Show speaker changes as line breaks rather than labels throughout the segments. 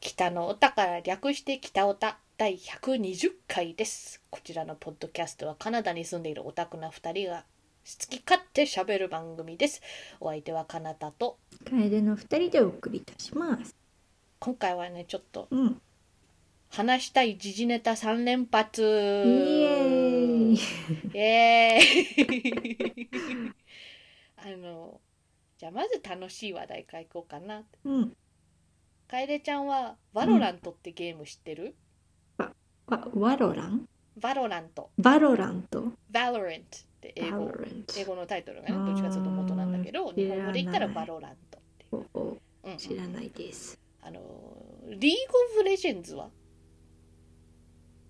北のおたから略して北おた第120回です。こちらのポッドキャストはカナダに住んでいるオタクな2人が好き勝手喋る番組です。お相手はカナタと、
楓の二人でお送りいたします。
今回はね、ちょっと
うん。
話したい時事ネタ3連発イ
イエーイ。
イエーイ あの、じゃあまず楽しい話題からいこうかな。
うん。
楓ちゃんは「バロラント」ってゲーム知ってる、
わ、ワロラン。
バロラント
バロラント。
バロラントって英
バ
語
ロラント
英語のタイトルがねどっちかというと元なんだけど
ー
日本語で言ったら
知らな
バ
い
ロラントって、
おお
うんうん
知らないです。
あのーリーグ・オブ・レジェンズは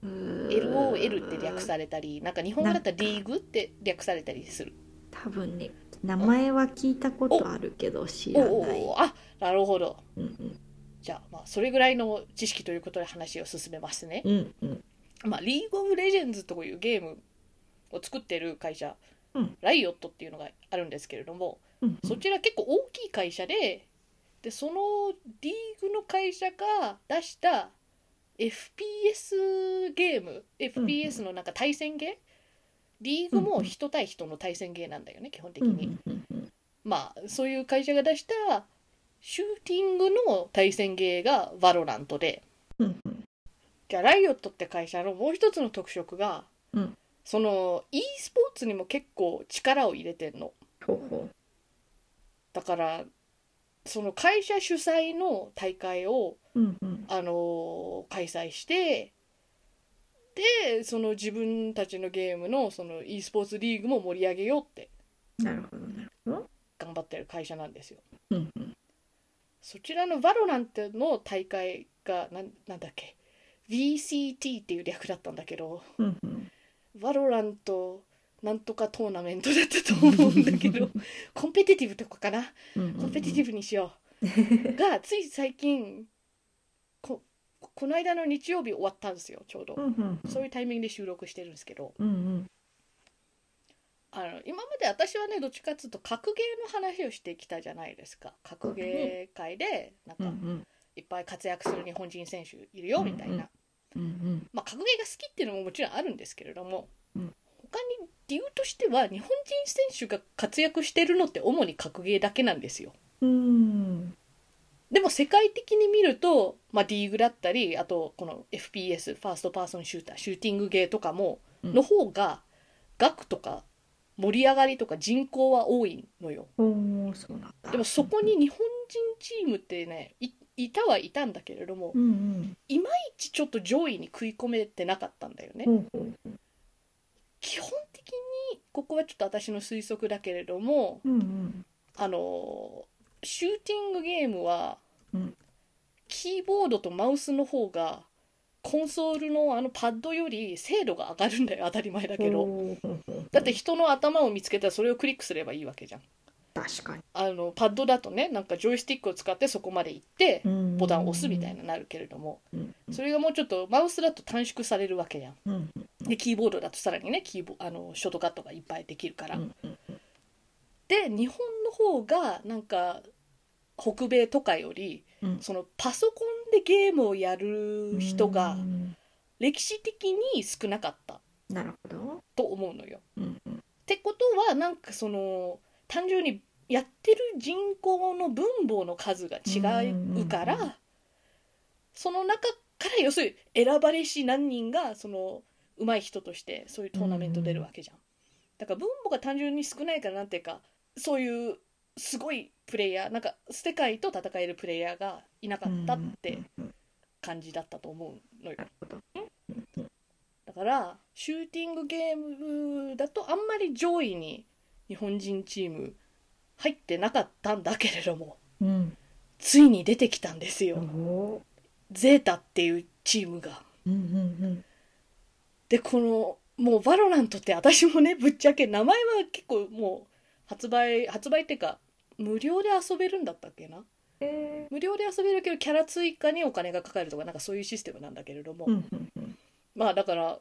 うー
LOL って略。されたりなんか日本語だったらリーグって略されたりする
多分ね、名前は聞いたことあるけど、知ら
お
な
う
い。
おうおうあなるほど
うん
じゃあ,、まあそれぐらいの知識ということで話を進めますね、
うん。うんうん。
まあ、リーグ・オブ・レジェンズというゲームを作ってる会社、
うん
ライオットっていうのがあるんですけれども、
うん。
そちら結構大きい会社ででそのリーグの会社が出した FPS ゲーム FPS のなんか対戦ゲー、リーグも人対人の対戦ゲーなんだよね基本的
うんう
に、
んうんうん。
まあそういう会社が出したシューティングの対戦ゲーがバロラントで
うんうん。
じゃあライオットって会社のもう一つの特色が、
うん
その e スポーツにも結構力を入れてんの
ほうほ
だからその会社主催の大会を、
う。うんうん。
あのー開催してでその自分たちのゲームのその e スポーツリーグも盛り上げようって
なるほどなるほど。
頑張ってる会社なんですよ
うんうん。
そちらのバロラントの大会がなんなんだっけ VCT っていう略だったんだけど
うんうん。
バロラントなんとかトーナメントだったと 思うんだけ どコンペティティブとかかな
うんうん。
コンペティティブにしよう。がつい最近ここの間の日曜日終わったんですよちょうど、
うんうん
そういうタイミングで収録してるんですけど
うん。うんうん。
あの今まで私はねどっちかっつうと格ゲーの話をしてきたじゃないですか格ゲー界でなん
う
か
ん
いっぱい活躍する日本人選手いるよみたいな、
うんうん。うん
まあ、格ゲーが好きっていうのももちろんあるんですけれども、
うん
他に理由としては日本人選手が活躍してるのって主に格ゲーだけなんですよ。
うん。うん。
でも世界的に見ると、まあ、リーグだったりあとこの FPS ファーストパーソンシューターシューティングゲーとかも
うん
の方が額とか盛り上がりとか人口は多いのよ
おおそうなんだ
でもそこに日本人チームってねいいたはいたんだけれども
うんうん
いちちょっと上位に食い込めてなかったんだよね
ほうほう
基本的にここはちょっと私の推測だけれども
うんうん
あのシューティングゲームは、
うん
キーボードとマウスの方がコンソールのあのパッドより精度が上がるんだよ当たり前だけど
ほうほうほう
だって人の頭を見つけたらそれをクリックすればいいわけじゃん
確かに
あのパッドだとねなんかジョイスティックを使ってそこまで行って
うん
ボタンを押すみたいななるけれども
うん
それがもうちょっとマウスだと短縮されるわけじゃん
うんうん
でキーボードだとさらにねキーボあのショートカットがいっぱいできるから、
うんうん
で日本の方がなんか北米とかより、
うん
そのパソコンでゲームをやる人が
うん
歴史的に少なかった
なるほど
と思うのよ。
うんうん
ってことはなんかその単純にやってる人口の分母の数が違うから、
うんうんう
その中から要するに選ばれし何人がその上手い人としてそういうトーナメント出るわけじゃん。だから分母が単純に少ないからなんていうかそういうすごいプレイヤーなんか世界と戦えるプレイヤーがいなかったって
うんうん
感じだったと思うのよ
な。るほどうんうん
だからシューティングゲームだとあんまり上位に日本人チーム入ってなかったんだけれども
うん
ついに出てきたんです
お
よ
お
ゼータっていうチームが。
うんうん
でこのもう「バロラント」って私もねぶっちゃけ名前は結構もう発売発売っていうか無料で遊べるんだったっけな
うんえ
無料で遊べるけどキャラ追加にお金がかかるとかなんかそういうシステムなんだけれども、
ーうんうんうん
まあだから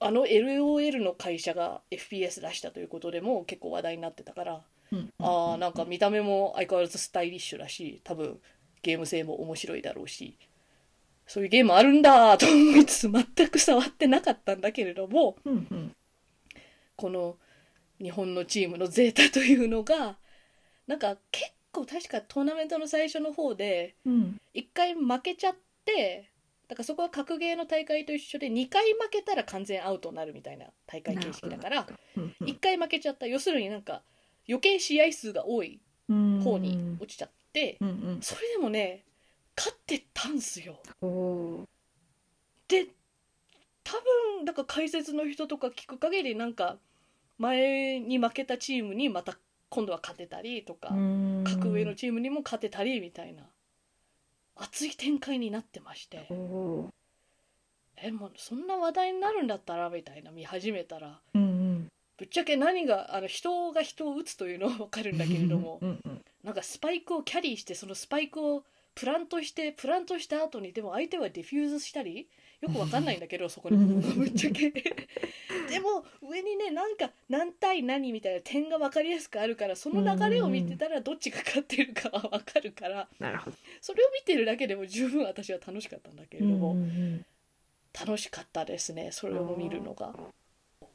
あの LOL の会社が FPS 出したということでも結構話題になってたから、
うん
ああなんか見た目も相変わらずスタイリッシュだし多分ゲーム性も面白いだろうしそういうゲームあるんだと思いつつ全く触ってなかったんだけれども
うんうん
この日本のチームのゼータというのがなんか結構確かトーナメントの最初の方で
うん
1回負けちゃってだからそこは格ゲーの大会と一緒で2回負けたら完全アウトになるみたいな大会形式だから
うんうん
1回負けちゃった要するになんか余計試合数が多い
うん
方に落ちちゃって
うんうん
それでもね勝ってたんすよ。
おお
で多分だから解説の人とか聞く限りなんか前に負けたチームにまた今度は勝てたりとか、格上のチームにも勝てたりみたいな熱い展開になってまして、
おお
えもうそんな話題になるんだったらみたいな見始めたら
うんうん
ぶっちゃけ何があの人が人を打つというのは分かるんだけれども
うんうん
なんかスパイクをキャリーしてそのスパイクをプラントしてプラントした後にでも相手はディフューズしたりよくわかんないんだけどそこで
う
も
ん
ぶっちゃけ でも上にねなんか何対何みたいな点が分かりやすくあるからその流れを見てたらどっちが勝ってるかは分かるから
なるほど
それを見てるだけでも十分私は楽しかったんだけれども、
うんうん
楽しかったですねそれを見るのが。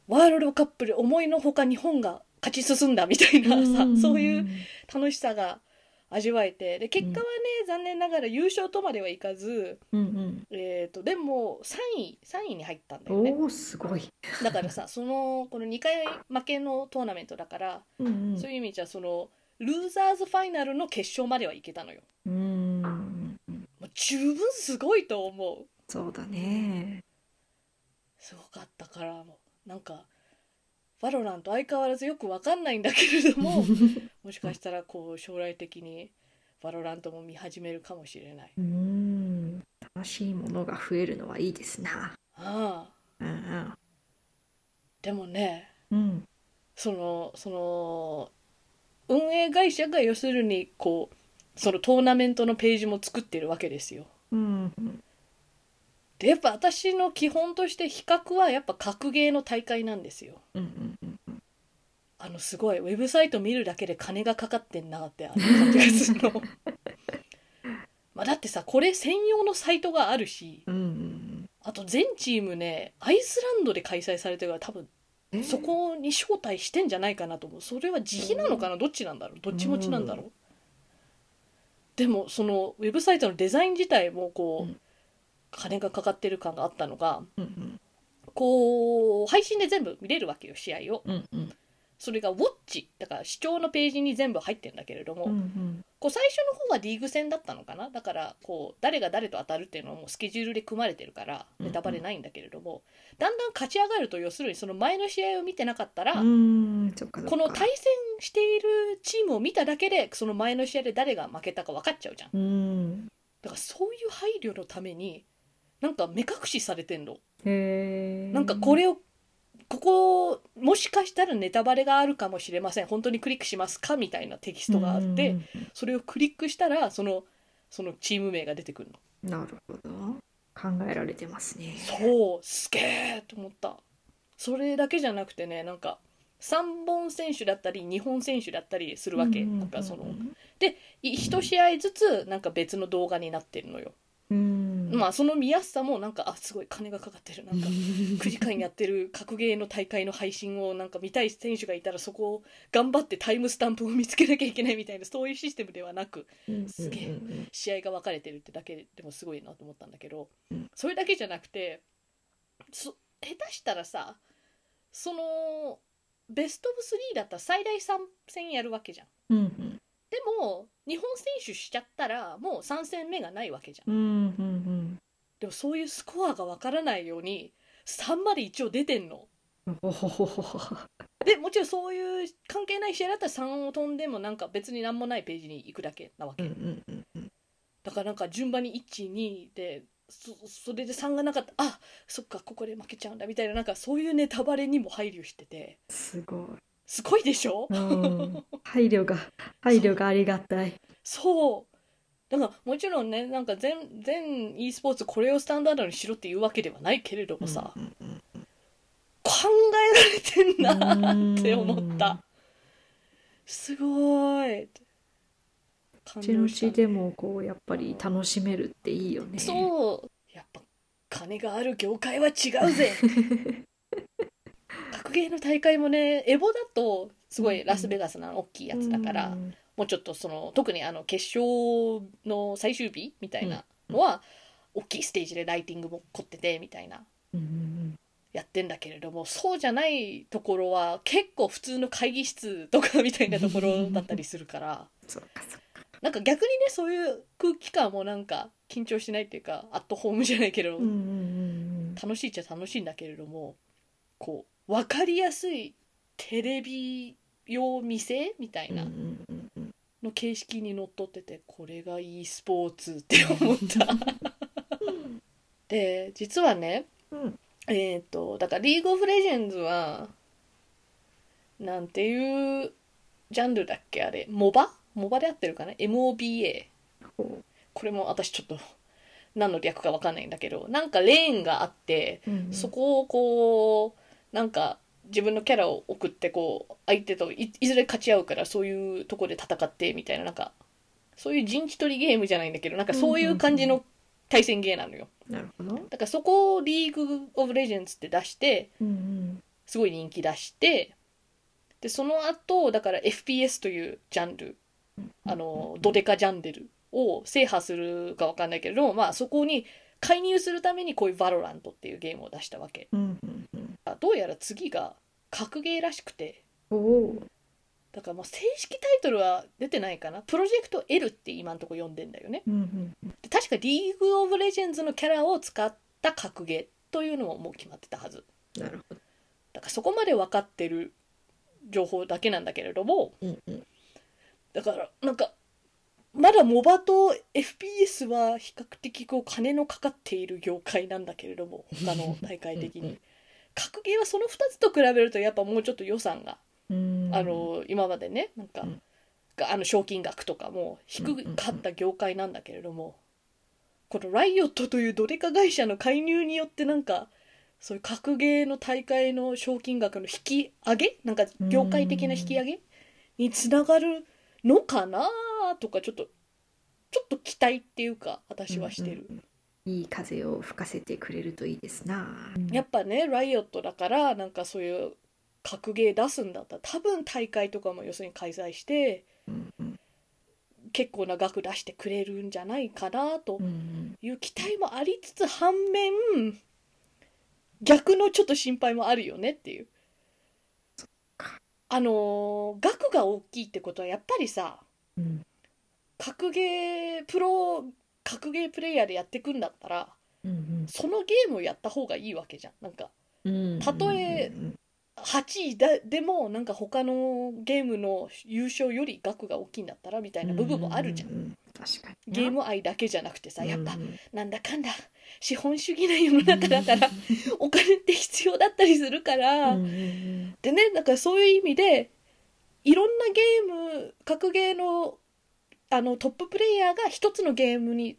ワールドカップで思いのほか日本が勝ち進んだみたいな
うん
さ、
んん
そういう楽しさが味わえてで結果はね、残念ながら優勝とまではいかず、
うん
えー、とでも3位3位に入ったんだ
う
よ
ん
ね
おおすごい
だからさそのこの2回負けのトーナメントだから、
うん
そういう意味じゃそのルーザーズファイナルの決勝まではいけたのよ
うんうん
もう十分すごいと思う
そうだね
すごかったからもうなんかバロランと相変わらずよくわかんないんだけれど ももしかしたらこう将来的にバロラントも見始めるかもしれない。
うん楽しいものが増えるのはいいですな
ああ
うん
でもね
うん
そのその運営会社が要するにこうそのトーナメントのページも作ってるわけですよ。
うんうん
でやっぱ私の基本として比較はやっぱ格ゲーの大会なんですよ。
うんうんうん
あのすごいウェブサイト見るだけで金がかかってんなってあの感じがする の。まあだってさこれ専用のサイトがあるし
うんうん
あと全チームねアイスランドで開催されてるから多分
うん
そこに招待してんじゃないかなと思うそれは自費なのかなどっちなんだろうどっち持ちなんだろう、でもそのウェブサイトのデザイン自体もこう、
うん
金がかかってる感があったのが
うん
こう配信で全部見れるわけよ試合を
うんうん
それがウォッチだから視聴のページに全部入ってんだけれども、
うんうん
こう最初の方はリーグ戦だったのかなだからこう誰が誰と当たるっていうのはもうスケジュールで組まれてるから
うんう
ネ
ん
タバレないんだけれども、だんだん勝ち上がると要するにその前の試合を見てなかったら、
うんそっかそっか
この対戦しているチームを見ただけでその前の試合で誰が負けたか分かっちゃうじゃん
うん
だからそういう配慮のためになんか目隠しされてんの
へえ
なんかこれをここもしかしたらネタバレがあるかもしれません本当にクリックしますかみたいなテキストがあってそれをクリックしたらそのそのチーム名が出てくるの
うんなるほど考えられてますね
そうすげえと思ったそれだけじゃなくてねなんか3本選手だったり2本選手だったりするわけ、
うんうんうん
なんかそのい一試合ずつなんか別の動画になってるのよ、
うん
まあその見やすさもなんかあすごい金がかかってる なんか9時間やってる格ゲーの大会の配信をなんか見たい選手がいたらそこを頑張ってタイムスタンプを見つけなきゃいけないみたいなそういうシステムではなくすげえ
うん
試合が分かれてるってだけでもすごいなと思ったんだけど、
うん
それだけじゃなくてそ下手したらさそのベスト・オブ・3だったら最大3戦やるわけじゃん。
うんうん
でも日本選手しちゃったらもう3戦目がないわけじゃん
うんうんうん
でもそういうスコアがわからないように3まで一応出てんの
うんおほほほほ
でもちろんそういう関係ない試合だったら3を飛んでもなんか別に何もないページに行くだけなわ
う
け、
んうんうんうん
だからなんか順番に12でそそれで3がなかったあそっかここで負けちゃうんだみたいななんかそういうネタバレにも配慮してて
す ご
すごいでしょ、
い、うん、配慮が配慮がありがたい
そうだからもちろんねなんか全全 e スポーツこれをスタンダードにしろっていうわけではないけれどもさ、
うんうん
考えられてん
う
な
ーん
って思ったすごーい感
うちの
動した
ちでもこうやっぱり楽しめるっていいよね
そう金がある業界は違うぜ 格ゲーの大会もねエボだとすごいラスベガスな大きいやつだから、
うん
もうちょっとその特にあの決勝の最終日みたいなのは、大きいステージでライティングも凝っててみたいな
うん
やってんだけれどもそうじゃないところは結構普通の会議室とかみたいなところだったりするから。
そうかそうか
なんか逆にねそういう空気感もなんか緊張しないっていうかアットホームじゃないけど、
うんうんうん
楽しいっちゃ楽しいんだけれどもこう分かりやすいテレビ用店みたい
うんう
なん
うんうん
の形式にのっとっててこれが e スポーツって思った で実はね
うん
えっ、とだからリーグオブレジェンズはなんていうジャンルだっけあれモバモバで合ってるかな MOBA
ほ
これも私ちょっと何の略か分かんないんだけどなんかレーンがあって
ううん
そこをこうなんか自分のキャラを送ってこう相手といいずれ勝ち合うからそういうとこで戦ってみたいななんかそういう陣地取りゲームじゃないんだけどなんかそういう感じの対戦ゲーなのよ
なるほど
だからそこをリーグ・オブ・レジェンズって出して
うん
すごい人気出してでその後だから FPS というジャンル
うん
あのドデカジャンデルを制覇するかわかんないけれども、まあ、そこに介入するためにこういう「ヴァロラント」っていうゲームを出したわけ
うんうんうん
どうやら次が格ゲーらしくて
おおー
だからもう正式タイトルは出てないかなプロジェクト L って今んとこ呼んでんだよね
うんうん
で確かリーグ・オブ・レジェンズのキャラを使った格ゲーというのももう決まってたはず
なるほど
だからそこまで分かってる情報だけなんだけれども、
うんうん
だからなんかまだモバと FPS は比較的こう金のかかっている業界なんだけれども他の大会的
うんう
に格ゲーはその2つと比べるとやっぱもうちょっと予算が、
うん
あの今までねなんか、
うん
があの賞金額とかも低かった業界なんだけれども、このライオットというドデカ会社の介入によってなんかそういう格ゲーの大会の賞金額の引き上げなんか業界的な引き上げにつながるのかなとかちょっとちょっと期待っていうか私はしてる、
うんうんうんいい風を吹かせてくれるといいですな
やっぱねライオットだからなんかそういう格ゲー出すんだったら多分大会とかも要するに開催して
うんうん
結構な額出してくれるんじゃないかなと
うんうん
いう期待もありつつ反面逆のちょっと心配もあるよねっていう
か。
あのー額が大きいってことはやっぱりさ
うん
格ゲープロ格ゲープレイヤーでやってくんだったら
うん
そのゲームをやった方がいいわけじゃんなんか
うん
たとえ
うん
8位だでもなんか他のゲームの優勝より額が大きいんだったらみたいな部分もあるじゃん
ううう確かに
ゲーム愛だけじゃなくてさやっぱ
うん
なんだかんだ資本主義な世の中だからお金って必要だったりするから、
うんうん
でねだからそういう意味でいろんなゲーム格ゲーのあのトッププレイヤーが一つのゲームに、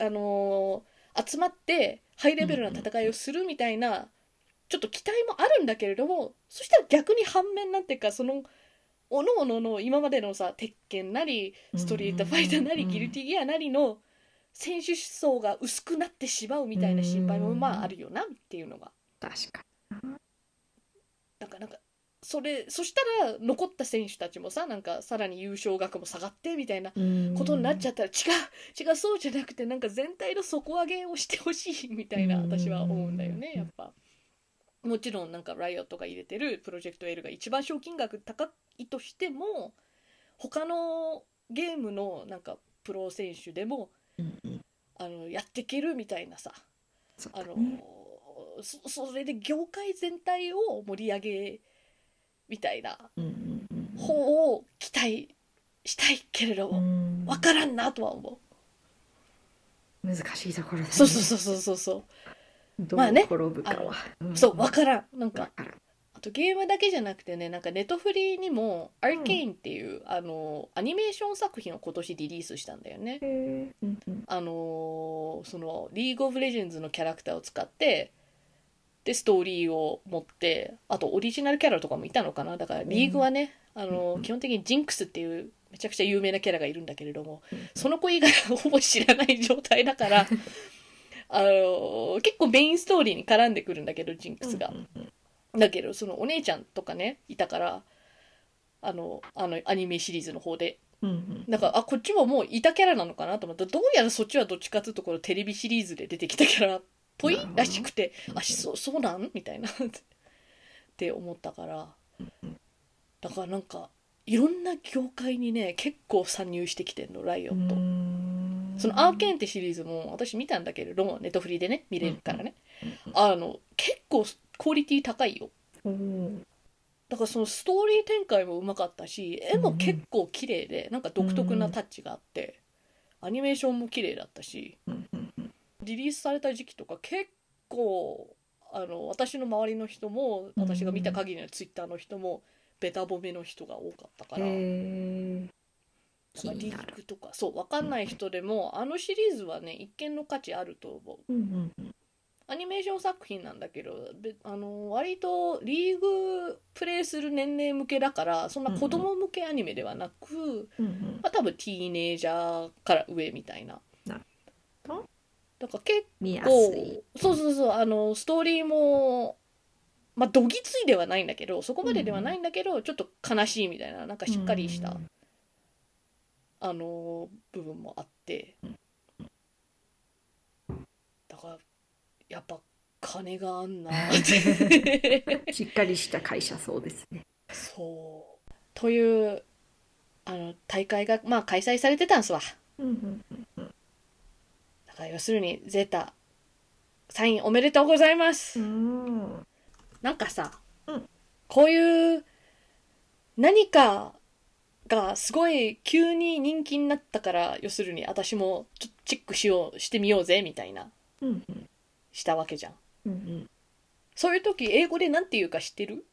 あのー集まってハイレベルな戦いをするみたいな、ちょっと期待もあるんだけれどもそしたら逆に反面なんていうかそのおのおのの今までのさ鉄拳なり
うん
ストリートファイターなり
うん
ギルティギアなりの選手層が薄くなってしまうみたいな心配も
うん
まああるよなっていうのが
確か
なんかなんかそれそしたら残った選手たちもさなんかさらに優勝額も下がってみたいな
に
ことになっちゃ
ゃ
ったら違う違うそうじゃなくてなんか全体の底上げをしてほしいみたいな
うん
私は思うんだよね
うん
やっぱ。もちろんなんかライオットが入れてるプロジェクト L が一番賞金額高いとしても他のゲームのなんかプロ選手でも
うんうん
あのやっていけるみたいなさ
そう
あ
だ
の
ね
そそれで業界全体を盛り上げみたいな
うんうんうん
方を期待したいけれど
う
も
ん
分からんなとは思う
難しいところだね
そうそうそうそうそうそ
どう
まあね
転ぶかは
うそう分からんなん
わ
か
からん
あとゲームだけじゃなくてねなんかネットフリーにも「アーケイン」っていう、あのアニメーション作品を今年リリースしたんだよね
へーうんうん
あのーそのリーグ・オブ・レジェンズのキャラクターを使ってでストーリーを持ってあとオリジナルキャラとかもいたのかなだからリーグはね、あのー基本的にジンクスっていうめちゃくちゃ 有名なキャラがいるんだけれどもその子以外はほぼ知らない状態だからあの結構メインストーリーに絡んでくるんだけどジンクスが、
うんうん
だけどそのお姉ちゃんとかねいたからあのあのアニメシリーズの方で
うんうん
なんかあこっちももういたキャラなのかなと思ったらどうやらそっちはどっちかっていうところテレビシリーズで出てきたキャラっぽい
なるほど
らしくて
うん
あそうそうなんみたいな って思ったから
うん
だからなんかいろんな業界にね結構参入してきてんのライオンと。
うん
そのアーケーンってシリーズも私見たんだけれどもネットフリでね見れるからね、
うん
あの結構クオリティ高いよ
おー
だからそのストーリー展開もうまかったし絵も結構綺麗でなんか独特なタッチがあって、アニメーションも綺麗だったし
うんうんうん
リリースされた時期とか結構あの私の周りの人も
うん
私が見た限りのツイッターの人もベタ褒めの人が多かったから。
へー気
なんかリ
にな
ー
る
クとかそう分かんない人でも、あのシリーズはね一見の価値あると思う
うんうんうん
アニメーション作品なんだけどべあの割とリーグプレイする年齢向けだからそんな子供向けアニメではなく、
うんうん
まあ、多分ティーネイジャーから上みたいな。
なるほど
だから結
見や
構
すい
そうそうそうあのストーリーもまあどぎついではないんだけどそこまでではないんだけど、ちょっと悲しいみたいななんかしっかりした、
うん
あの部分もあってだからやっぱ金があんな って
しっかりした会社そうですね
そうというあの大会がまあ開催されてたんすわ
うんうん
だから要するにゼータサインおめでとうございます、
うん
なんかさ、
うん
こういう何かがすごい急に人気になったから要するに私もちょっとチェックしようしてみようぜみたいな
うん
したわけじゃん
うんうん
そういう時英語で何て言うか知ってる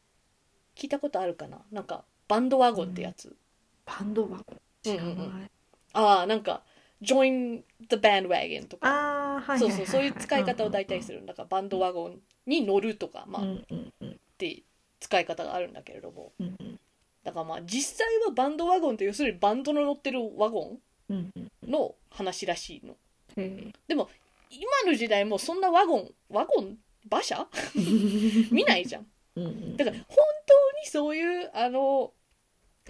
聞いたことあるかななんかバンドワゴンってやつ、
バンドワゴン知らない、
うんうんうああなんか Join the bandwagon とか
ああはいはいはい、はい、
そうそうそういう使い方を大体するんだからバンドワゴンに乗るとかまあ
う
っ
んうんうん
て使い方があるんだけれども
うんうん
だからまあ実際はバンドワゴンって要するにバンドの乗ってるワゴ
うんうん
ンの話らしいの
へ
今の時代もうそんなワゴンワゴン馬 車
ー
見ないじゃん
うんうん
だから本当にそういうあの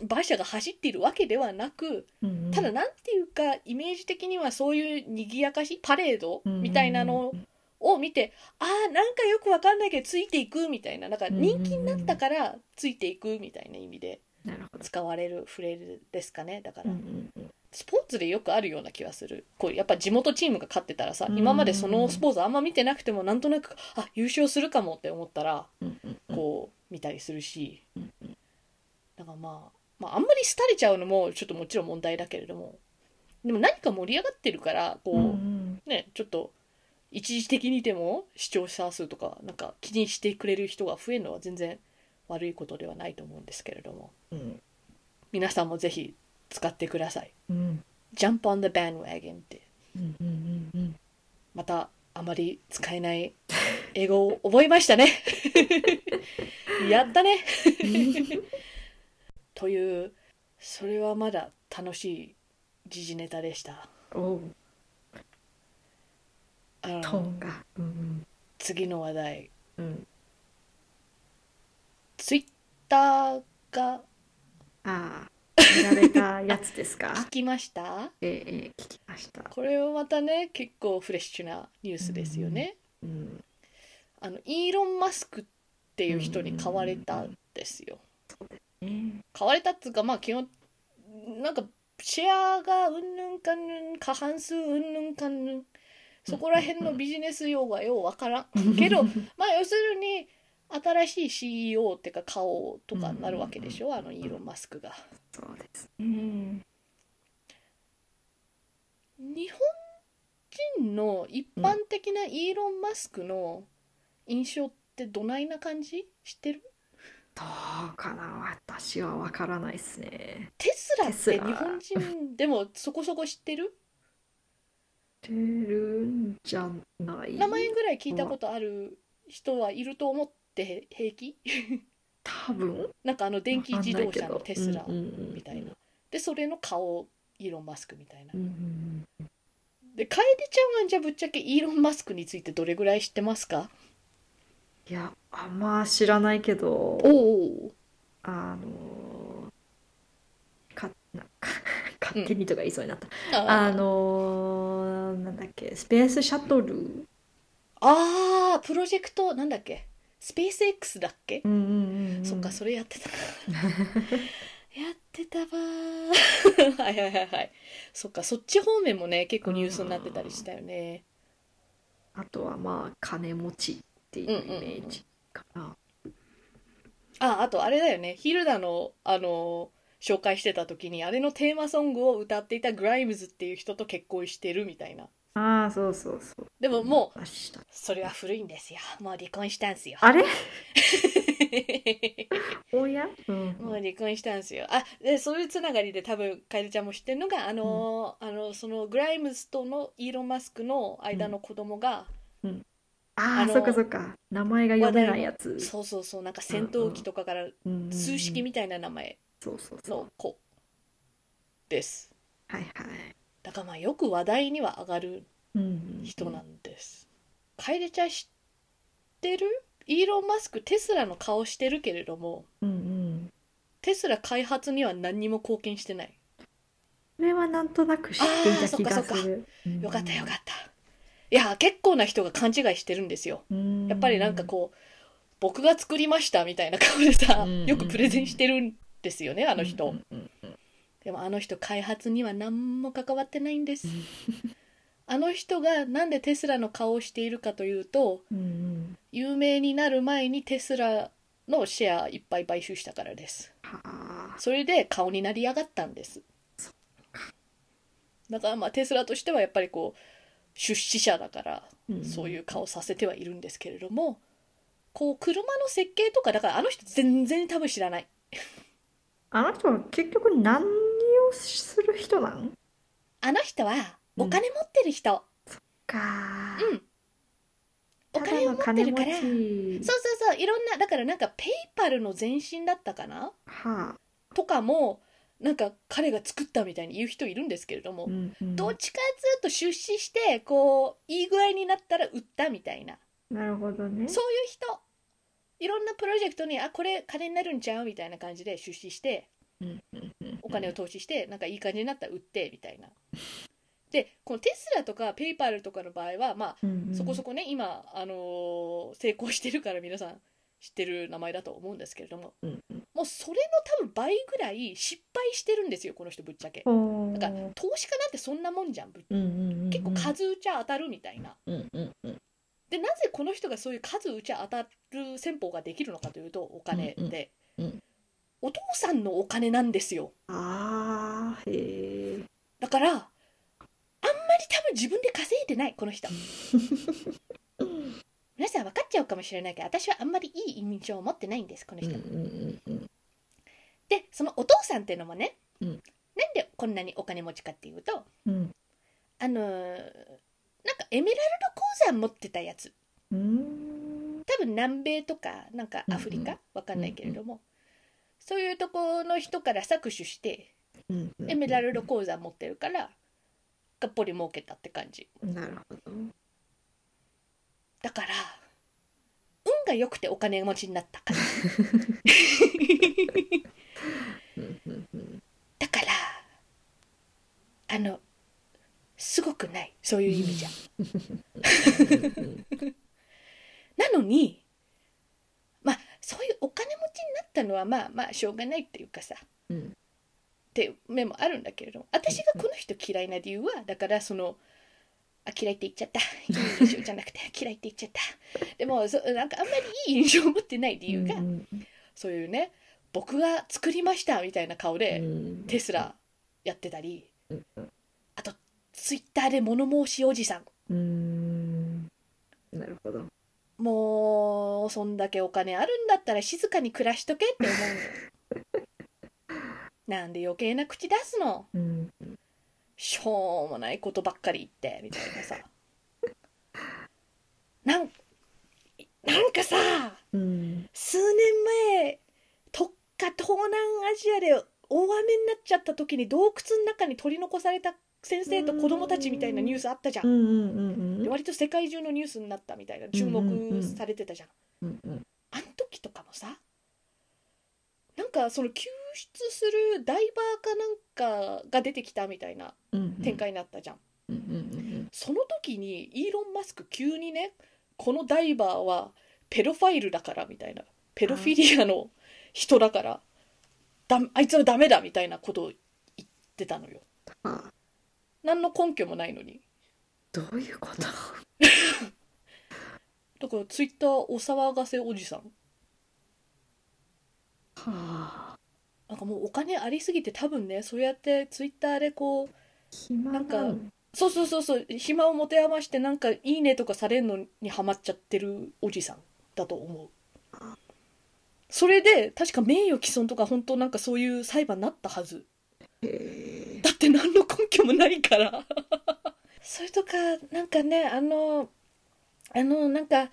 馬車が走っているわけではなく
うんうん
ただなんていうかイメージ的にはそういう賑やかしパレードみたいなのを見てあーなんかよくわかんないけどついていくみたいななんか人気になったからついていくみたいな意味で
なるほど
使われるフレーズですかねだか
う
ら
んうんうん
スポーツでよくあるような気はするこうやっぱ地元チームが勝ってたらさ
うん
今までそのスポーツあんま見てなくてもなんとなくあ優勝するかもって思ったら
うんうんうん
こう見たりするし
うん
だからまあ、まあ、あんまり廃れちゃうのもちょっともちろん問題だけれどもでも何か盛り上がってるからこう、
うん
ねちょっと一時的にでも視聴者数とかなんか気にしてくれる人が増えるのは全然悪いことではないと思うんですけれども
うん
皆さんもぜひ使ってください
うん
「ジャンプ・オン・ザ・バンワーゲン」って
うんうんうんうん
またあまり使えない英語を覚えましたね やった ねというそれはまだ楽しい時事ネタでした
おう
あ
ト
の
ーンがうん
次の話題
うんうん
ツイッターが
ああ見られたやつです か
聞きました
えーえー聞きました
これはまたね結構フレッシュなニュースですよね、
うん
あのイーロン・マスクっていう人に買われたんですよ
ね
買われたっつうかまあ基本なんかシェアがうんぬんかんぬん過半数うんぬんかんぬんそこら辺のビジネス用語はようわからんけど まあ要するに新しい CEO っていうか顔とかになるわけでしょあのイーロン・マスクが。
そうですね
日本人の一般的なイーロン・マスクの印象ってどないな感じ知ってる
どうかな私はわからないですね
テスラっ
テス
て日
ラ
本人でもそこそこ知ってる
てるんじゃない
名前ぐらい聞いたことある人はいると思って平気
多分
なんかあの電気自動車のテスラ
み
みたいな。でそれの顔イーロン・マスクみたいな
うんうんうん
で楓ちゃんはじゃあぶっちゃけイーロン・マスクについてどれぐらい知ってますか
いや、あんま知らないけど、
お
あのーか、な、か、 勝手にとか言いそうになった。あ
あの
のーなんだっけ、スペースシャトル。
あープロジェクトなんだっけスペース X だっけ、
うんうんうんうん。
そっかそれや ってたやってたわー はいはいはいはいそっかそっち方面もね結構ニュースになってたりしたよね
あとはまあ、金持ちっていうイメージかな。
ああとあれだよねヒルダのあの紹介してた時にあれのテーマソングを歌っていたグライムズっていう人と結婚してるみたいな
ああ、そうそうそう。
でももう
あした
それは古いんですよもう離婚したんすよ
あれおやうん
もう離婚したんですよ。あでそういうつながりで多分楓ちゃんも知ってるのがあのー、あのそのグライムズとのイーロン・マスクの間の子供が、
あ
あ
あ、
の
そっかそっか。名前が読めないやつ。
そうそうそうなんか戦闘機とかから
うんうんうん
数式みたいな名前
そうそうそう。
の子です。
はいはい。
だからまあよく話題には上がる
うん
人なんです。楓ちゃん知ってるイーロン・マスクテスラの顔してるけれども
うんうん。
テスラ開発には何にも貢献してない。
それはなんとなく知っていた気がする。
よかったよかった。いや結構な人が勘違いしてるんですよ。
うん
やっぱりなんかこう僕が作りましたみたいな顔でさ
うん
よくプレゼンしてるんですよねあの人、
うんうんうん
でもあの人開発には何も関わってないんですあの人がなんでテスラの顔をしているかというと
うんうん
有名になる前にテスラのシェアいっぱい買収したからです
はあ
それで顔になりやがったんですだからまあテスラとしてはやっぱりこう出資者だから
うん
そういう顔させてはいるんですけれどもこう車の設計とかだからあの人全然多分知らない
あの人は結局何をする人なん
あの人は
うん
お金持ってる人
か
うん、お
ただ
金を
の
持ってるから
金持ち
そうそうそういろんなだからなんかペイパルの前身だったかな
はあ
とかもなんか彼が作ったみたいに言う人いるんですけれども、
うんうん
どっちかずっと出資してこういい具合になったら売ったみたいな
なるほどね
そういう人いろんなプロジェクトにあこれ金になるんちゃうみたいな感じで出資して
うんうんうん
お金を投資してなんかいい感じになったら売ってみたいな。でこのテスラとかペイパルとかの場合はま
うんうん
あそこそこね今、あのー成功してるから皆さん知ってる名前だと思うんですけれども
うんうん
もうそれの多分倍ぐらい失敗してるんですよこの人ぶっちゃけ。
ほう
だから投資家なんてそんなもんじゃんぶっ
うんうんうんうん
結構数打ちゃ当たるみたいな。
うんうんうん
でなぜこの人がそういう数打ちゃ当たる戦法ができるのかというとお金で、
うんうんうん
お父さんのお金なんですよ。
あーへえ
だからあんまり多分自分で稼いでないこの 人皆さん分かっちゃうかもしれないけど私はあんまりいい印象を持ってないんですこの
うん
人、
うんうん
でそのお父さんっていうのもね、
うん
なんでこんなにお金持ちかっていうと
うん
あのーなんかエメラルド鉱山持ってたやつ
うーん
多分南米とかなんかアフリカ、
うん
わかんないけれども、そういうとこの人から搾取して
うんうん
エメラルド鉱山持ってるからがっぽり儲けたって感じ
なるほど
だから運が良くてお金持ちになったから
うんうんうん
だからあのすごくないそういう意味じゃなのにまあそういうお金持ちになったのはまあまあしょうがないっていうかさっ
うん
て面もあるんだけれども私がこの人嫌いな理由はだからそのあ嫌いって言っちゃ ったいい印象じゃなくて嫌いって言っちゃったでもそなんかあんまりいい印象を持ってない理由が、
うんうん
そういうね僕が作りましたみたいな顔で、
うん
テスラやってたり
うん
あとツイッターで物申しおじさん
うーんなるほど。
もうそんだけお金あるんだったら静かに暮らしとけって思う のなんで余計な口出すの
うん。
しょうもないことばっかり言ってみたいなさ なんなんかさ
うん。
数年前特化東南アジアで大雨になっちゃった時に洞窟の中に取り残された先生と子供たちみたいなニュースあったじゃん
う、んうんうんうん
で割と世界中のニュースになったみたいな注目されてたじゃん,、
うんうん
あん時とかもさなんかその救出するダイバーかなんかが出てきたみたいな
うんうん
展開になったじゃん、
うんうん
その時にイーロン・マスク急にねこのダイバーはペロファイルだからみたいなペロフィリアの人だからだあいつはダメだみたいなことを言ってたのよ
うんはあ
何の根拠もないのに
どういうこと
だからツイッターお騒がせおじさん
はあ
なんかもうお金ありすぎて多分ねそうやってツイッターでこう
暇な
な
の
んそうそうそうそう暇を持て余してなんかいいねとかされるのにハマっちゃってるおじさんだと思うそれで確か名誉毀損とか本当なんかそういう裁判になったはず
へえ
だって何の根拠もないから それとかなんかねあのあのなんか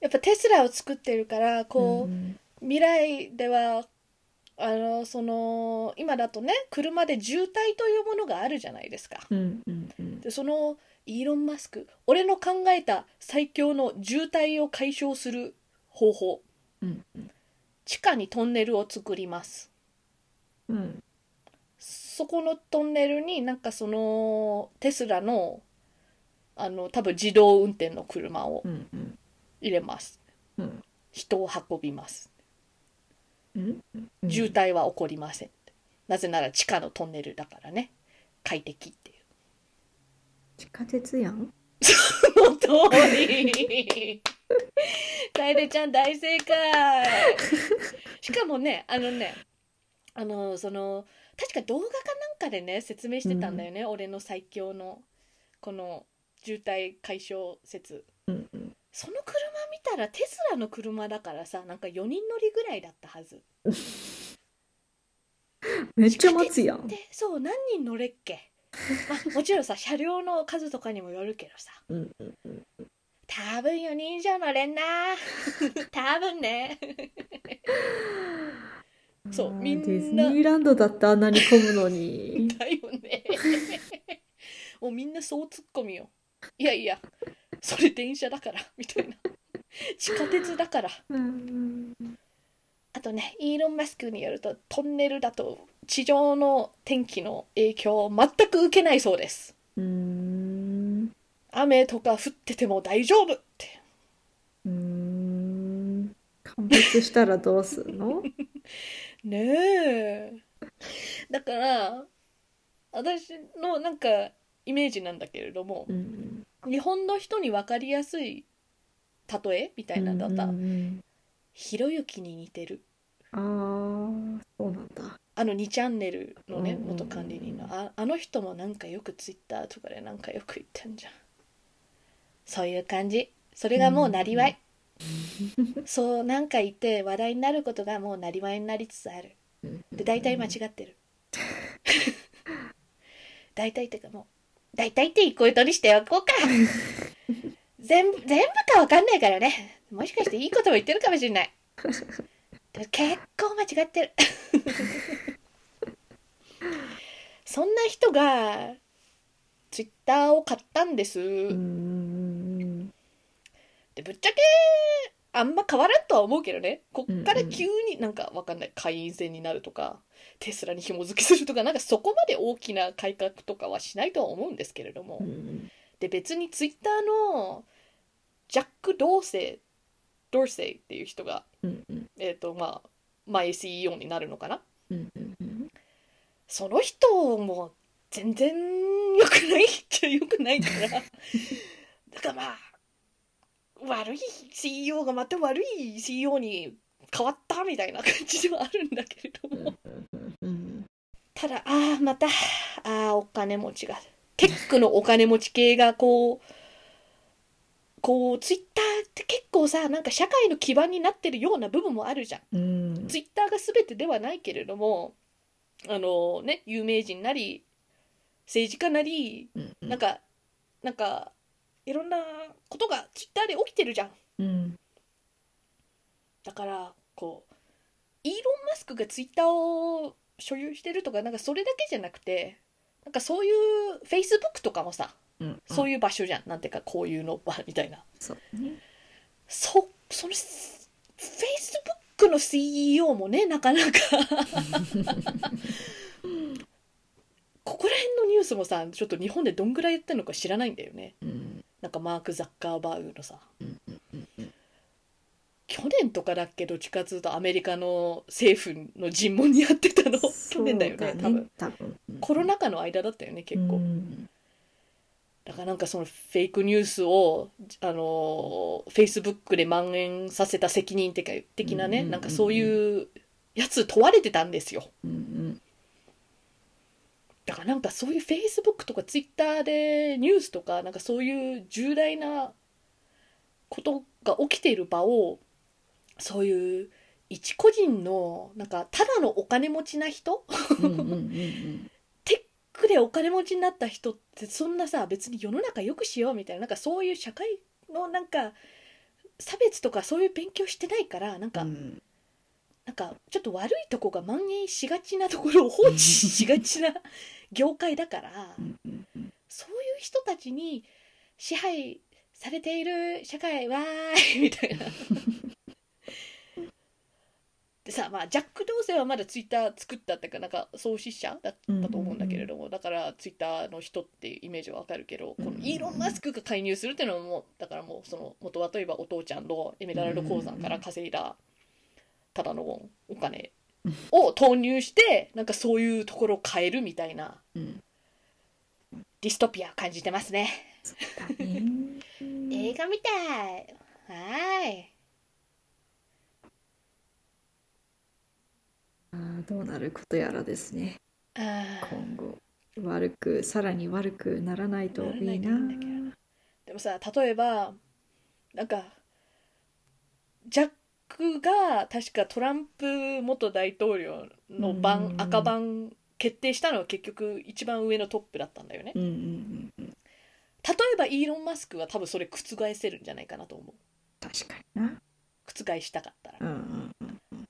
やっぱテスラを作ってるからこう、
うん
未来ではあのその今だとね車で渋滞というものがあるじゃないですか
うんうんうん
でそのイーロン・マスク俺の考えた最強の渋滞を解消する方法
うん
地下にトンネルを作ります
うん
そこのトンネルになんかそのテスラのあの多分自動運転の車を
うんうん
入れます
うん
人を運びます
うんうん
渋滞は起こりません、なぜなら地下のトンネルだからね快適っていう
地下鉄やん
の通り 楓ちゃん大正解しかもねあのねあのその確か動画かなんかでね説明してたんだよね、俺の最強のこの渋滞解消説
うんうん
その車見たらテスラの車だからさなんか4人乗りぐらいだったはず
めっちゃ待つやん
でそう何人乗れっけ、まあ、もちろんさ車両の数とかにもよるけどさ
うんうんうん
多分4人以上乗れんな多分ねそう
あー
みんな
ディズニーランドだってあんなに混むのに
だよねもうみんなそうツッコミよいやいやそれ電車だからみたいな地下鉄だから
うん
あとねイーロン・マスクによるとトンネルだと地上の天気の影響を全く受けないそうです
うん
雨とか降ってても大丈夫って
うん完結したらどうすんの
ねえだから私のなんかイメージなんだけれども
うん
日本の人に分かりやすい例えみたいなのだったら
うんうん
ひろゆきに似てる
うんああそうなんだ
あの2チャンネルのね
うんうんうん
元管理人のああの人もなんかよくツイッターとかでなんかよく言ってんじゃんそういう感じそれがもうなりわいそうなんか言って話題になることがもうなりわいになりつつあるで大体間違ってる大体っていうかもう大体ってこういうとにしておこうか全部全部かわかんないからねもしかしていいことも言ってるかもしれないでも結構間違ってるそんな人がツイッターを買ったんです、
うんうん
でぶっちゃけあんま変わらんとは思うけどねこっから急になんかわかんない会員制になるとかテスラに紐付けするとかなんかそこまで大きな改革とかはしないとは思うんですけれども、
うんうん
で別にツイッターのジャック・ドーセイドーセイっていう人が
うんうん
えっ、とまあ前 CEO になるのかな
うんうんうん
その人も全然良くないっちゃ良くないからだからまあ悪い CEO がまた悪い CEO に変わったみたいな感じではあるんだけれども
うん
ただああまたああお金持ちがテックのお金持ち系がこうこうツイッターって結構さなんか社会の基盤になってるような部分もあるじゃん
うん
ツイッターが全てではないけれどもあのね有名人なり政治家なり
うんうん
なんかなんかいろんなことがツイッターで起きてるじゃん
うん
だからこうイーロン・マスクがツイッターを所有してるとかなんかそれだけじゃなくてなんかそういう Facebook とかもさ
うん、
そう
い
いう場所じゃん、なんていうかこういうの場みたいな
うんそうね
そその Facebook の CEO もねなかなかここら辺のニュースもさちょっと日本でどんぐらいやってるのか知らないんだよね
うん
なんかマーク・ザッカーバーグのさ
うんうんうんうん
去年とかだっけどっちかっつうとアメリカの政府の尋問にやってたの去年だよね
そう
多分
多分うん
コロナ禍の間だったよね結構、
うん
だからなんかそのフェイクニュースをあのフェイスブックで蔓延させた責任的か的なね、
うんうんうんうん
なんかそういうやつ問われてたんですよ
うんうん
だからなんかそういうフェイスブックとかツイッターでニュースとかなんかそういう重大なことが起きている場をそういう一個人のなんかただのお金持ちな人
うんうんうんうん
テックでお金持ちになった人ってそんなさ別に世の中良くしようみたいななんかそういう社会のなんか差別とかそういう勉強してないからなんか、
うん
なんかちょっと悪いとこが蔓延しがちなところを放置しがちな業界だから、
うんうんうん
そういう人たちに支配されている社会はーいみたいな。でさまあ、ジャック・ドーセイはまだツイッター作ったっていうかなんか創始者だったと思うんだけれども、だからツイッターの人ってイメージはわかるけど、
うんうん
このイーロン・マスクが介入するっていうのはもうだからもうその元はといえばお父ちゃんのエメラルド鉱山から稼いだただのお金を投入してなんかそういうところを変えるみたいな
うん
ディストピアを感じてますね。
そうだね
映画みたいはーい
あーどうなることやらですね
あー
今後悪くさらに悪くならないといいな
ならないといいんだけどでもさ例えばなんかジャックが確かトランプ元大統領の
う
番
ん
赤番決定したのは結局一番上のトップだったんだよね
うんうんうんうん
例えばイーロン・マスクは多分それ覆せるんじゃないかなと思う
確かにな
覆したかったらだ
う
か
んうんうん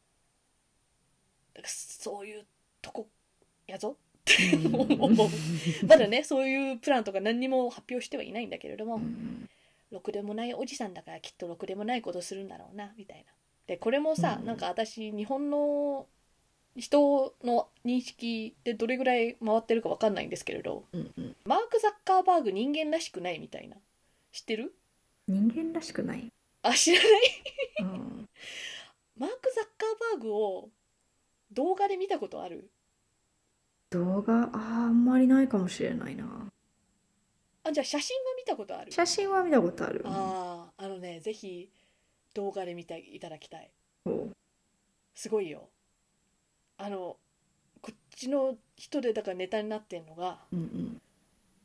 らそういうとこやぞ
うんうんうん
思う まだねそういうプランとか何にも発表してはいないんだけれども、
うん
ろくでもないおじさんだからきっとろくでもないことするんだろうなみたいな。でこれもさ、
うん
なんか私日本の人の認識でどれぐらい回ってるかわかんないんですけれど
うんうん
マーク・ザッカーバーグ人間らしくないみたいな知ってる
人間らしくない
あ知らない
うん
マーク・ザッカーバーグを動画で見たことある
動画あーあんまりないかもしれないな
あじゃあ写真は見たことある
写真は見たことある
あああのねぜひ動画で見ていただきたい
そう
すごいよあのこっちの人でだからネタになってんのが
うんうん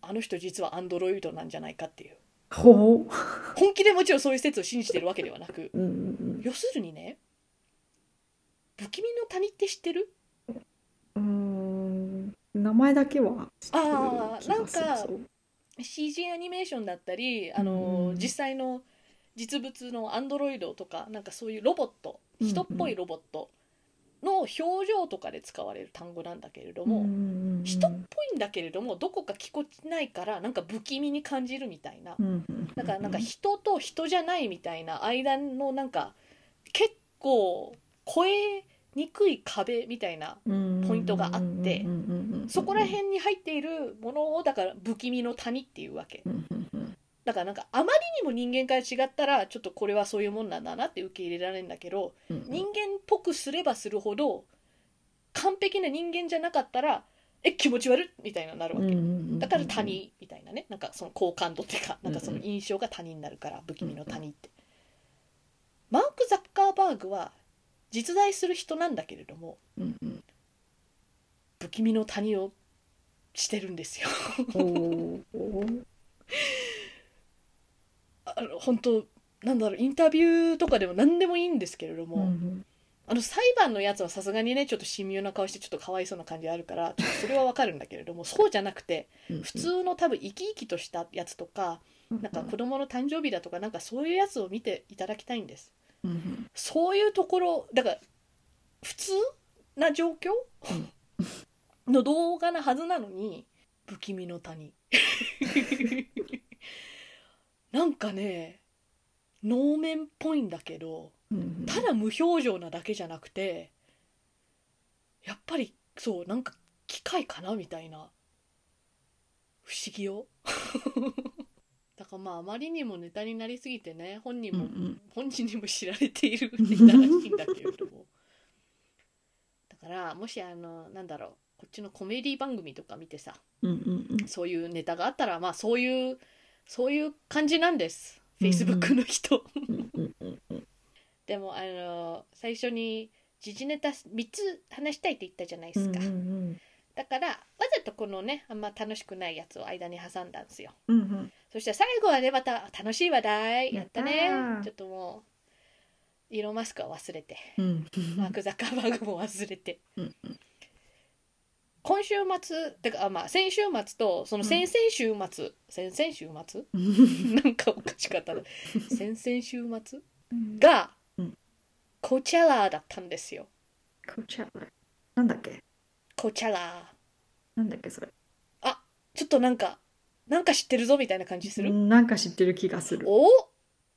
あの人実はアンドロイドなんじゃないかっていう
ほ
本気でもちろんそういう説を信じてるわけではなく
ううんうん
要するにね不気味の谷って知ってる
うんうーん名前だけは知ってる
あー
気がする
なんか
そう
CG アニメーションだったりあの、
うん
実際の実物のアンドロイドとかなんかそういうロボット
うん
人っぽいロボットの表情とかで使われる単語なんだけれども、
うんう
っ
んうん
人ぽいんだけれどもどこかぎこちないからなんか不気味に感じるみたいな
うんうんうん
なんかなんか人と人じゃないみたいな間のなんか結構越えにくい壁みたいなポ
ポ
イントがあってそこら
ん
辺に入っているものをだから不気味の谷っていうわけ
うんうんうん
だからなんかあまりにも人間から違ったらちょっとこれはそういうもんなんだなって受け入れられるんだけど
うんうん
人間っぽくすればするほど完璧な人間じゃなかったらえ気持ち悪っみたいなのになるわけ。だから他人みたいなねなんかその好感度っていうかなんかその印象が他人になるから不気味の他人ってマーク・ザッカーバーグは実在する人なんだけれども
うんうん
不気味の他人をしてるんですよ
おー
あの本当なんだろうインタビューとかでも何でもいいんですけれども、
うん
あの裁判のやつはさすがにねちょっと神妙な顔してちょっとかわいそうな感じあるからちょっとそれはわかるんだけれどもそうじゃなくて
うん
普通の多分生き生きとしたやつとかなんか子供の誕生日だとかなんかそういうやつを見ていただきたいんです
うんうん
そういうところだから普通な状況
うん
の動画なはずなのに不気味の 谷なんかね能面っぽいんだけど
うん
ただ無表情なだけじゃなくてやっぱりそうなんか機械かなみたいな不思議よ だからまああまりにもネタになりすぎてね本人
うんう
も、
ん
本人にも知られているネタらしいんだけれどもだからもしあのなんだろうこっちのコメディ番組とか見てさ
うんうんうん
そういうネタがあったらまあそういうそういう感じなんです
うん
Facebook の人。
うんうんうんうん
でもあの最初に時事ネタ3つ話したいって言ったじゃないですか、
うん
だからわざとこのねあんま楽しくないやつを間に挟んだんですよ
うんうん
そしたら最後はねまた楽しい話題やったね
やったー
ちょっともうイーロン・マスクは忘れて
うん
マーク・ザッカーバーグも忘れて
うん
今週末てかあまあ先週末とその先々週末、先々週末 なんかおかしかったな先々週末
うん
が、
うん
コーチャラーだったんですよ
コーチャラなんだっけ
コーチャラ
なんだっけそれ
ちょっとなんかなんか知ってるぞみたいな感じする、
うんなんか知ってる気がする
お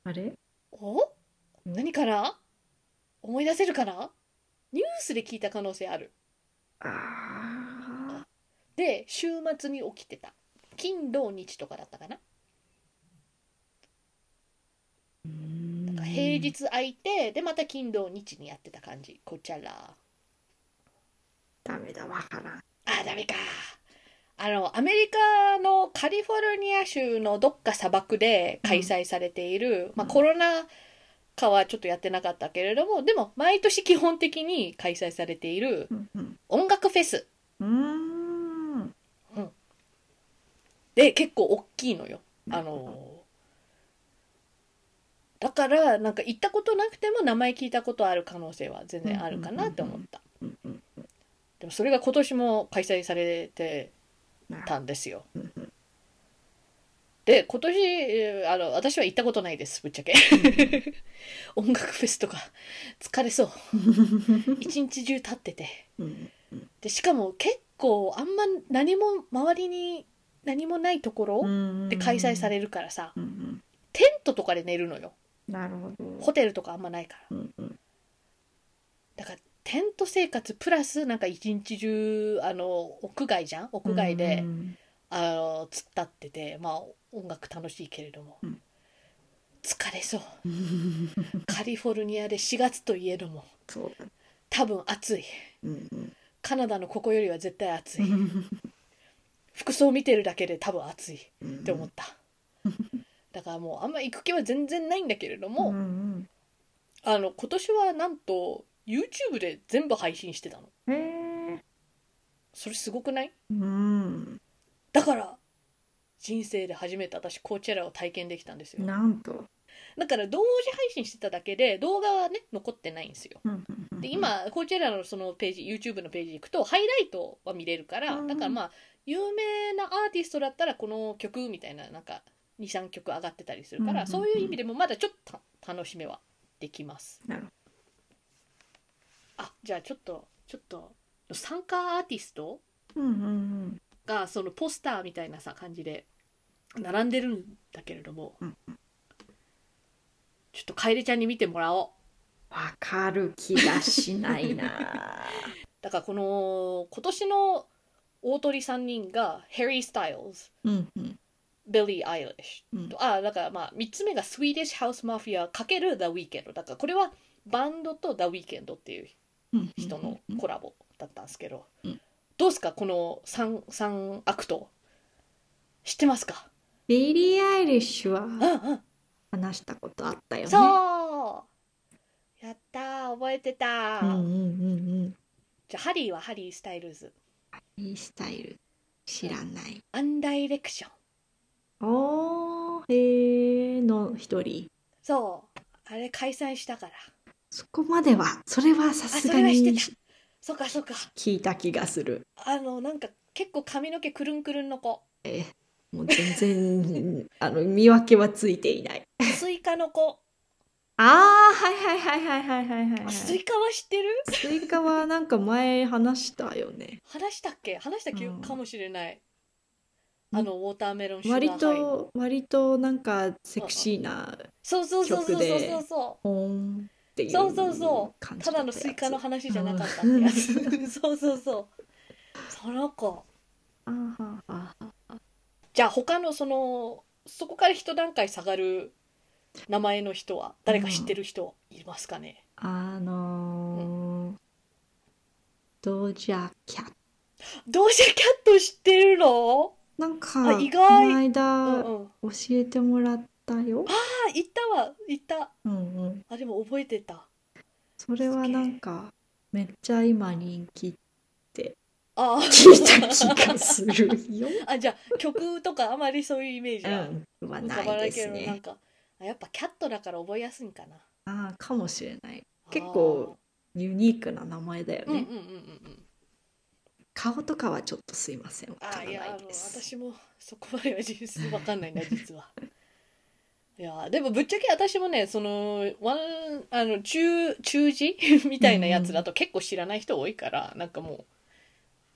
あれ
お何かな思い出せるかなニュースで聞いた可能性ある
あ
で週末に起きてた金土日とかだったかな
ー
なんか平日空いてでまた金土日にやってた感じこちゃら
ダメだわからん
あーダメかあのアメリカのカリフォルニア州のどっか砂漠で開催されている、まあ、
うん
コロナ禍はちょっとやってなかったけれどもでも毎年基本的に開催されている
うんうん
音楽フェス
うーん
で結構大きいのよあのだからなんか行ったことなくても名前聞いたことある可能性は全然あるかなって思った
うんうん
でもそれが今年も開催されて
なるほ
たんですよ
どうんうん
で今年えーあの私は行ったことないですぶっちゃけ 音楽フェスとか疲れそう一日中立ってて
うん
でしかも結構あんま何も周りに何もないところ
うん
で開催されるからさ
うんうん
テントとかで寝るのよ
なるほど
ホテルとかあんまないから
うんうん
だからテント生活プラスなんか一日中あの屋外じゃん屋外で、
うん
あの突っ立っててまあ音楽楽しいけれども、
うん
疲れそう
うん
カリフォルニアで4月といえども
そうだね
多分暑い
うんうん
カナダのここよりは絶対暑い、服装見てるだけで多分暑いっ
って
思った、だからもうあんま行く気は全然ないんだけれども、
うん
あの今年はなんと YouTube で全部配信してたの
うん、へえ
それすごくない
うん
だから人生で初めて私コーチェラを体験できたんですよ
なんと、
だから同時配信してただけで動画はね残ってないんですよ
うんうんうん、
で今コーチェラのそのページ YouTube のページ行くとハイライトは見れるから
うん
だからまあ有名なアーティストだったらこの曲みたいななんか23曲上がってたりするか
う
ら
ん
そういう意味でもまだちょっと楽しめはできます
なるほ
あじゃあちょっとちょっと参加アーティスト
どうんうん
がそのポスターみたいなさ感じで並んでるんだけれども、
うん
ちょっと楓ちゃんに見てもらおう
わかる気がしない な
だからこの今年の大鳥3人がヘリー・スタイルズ
うんうん
ビリー・アイリッシ
うん
ュとあだからまあ3つ目がスウィーディッシュ・ハウス・マフィア×ザ・ウィーケンドだからこれはバンドとザ・ウィーケンドっていう
うん
人の
うん
コラボだったんですけど、
うん
どうですかこの 3, 3アクト知ってますか、
ビリー・アイリッシュ
うん
は
うん
話したことあったよね
そうやったー覚えてたー、
うんうんうんうん
じゃあハリーはハリー・スタイルズ
いいスタイル知らない
アンダイレクション
おーへーの一人
そうあれ解散したから
そこまではそれはさ
あ
す
そ
が
れは
に
してたそっかそっか
聞いた気がする
あのなんか結構髪の毛くるんくるんの子
えーもう全然 あの見分けはついていない
スイカの子
ああはいはいはいはいはいはいはいはい
スイカは知ってる
スイカはなんか前話したよね
話したっけ話したっけ
うん
かもしれないあのウォーターメロンシュガー
割
ハイの
と割となんかセクシーな
そうそうそうそう
曲
そう
で
そうそ
ポーンっていうう
そうそうそう
感じ
ただの
った
ス
や
イカの
つ
話じゃなかったってやつそうそうそうその子
あーはーはーはー
じゃあ他のそのそこから一段階下がる名前の人は誰か知ってる人いますかね、
あのードージャーキャット
ドージャキャット知ってるの、
なんか
あ意外
この間
うんうん、あ
教えてもらったよ、
言ったわ言った
うんうん、
あでも覚えてた
それはなんかめっちゃ今人 気
あ
聞いた気がするよ、
ああじゃあ曲とかあまりそういうイメージが
うん、は
浮
な
かば
い
ない
で
け
す
ど、なん
ね
かあやっぱキャットだから覚えやすいんかな
ああかもしれない結構ユニークな名前だよ
あーうん
ね、
うんうんうんうん
顔とかはちょっとすいませんわ
あ
から
ーいや
な
あ
い
の
です
私もそこまでは実数わかんない な実はいやでもぶっちゃけ私もねそのワンあの中中字 みたいなやつだと結構知らない人多いから、なんかもう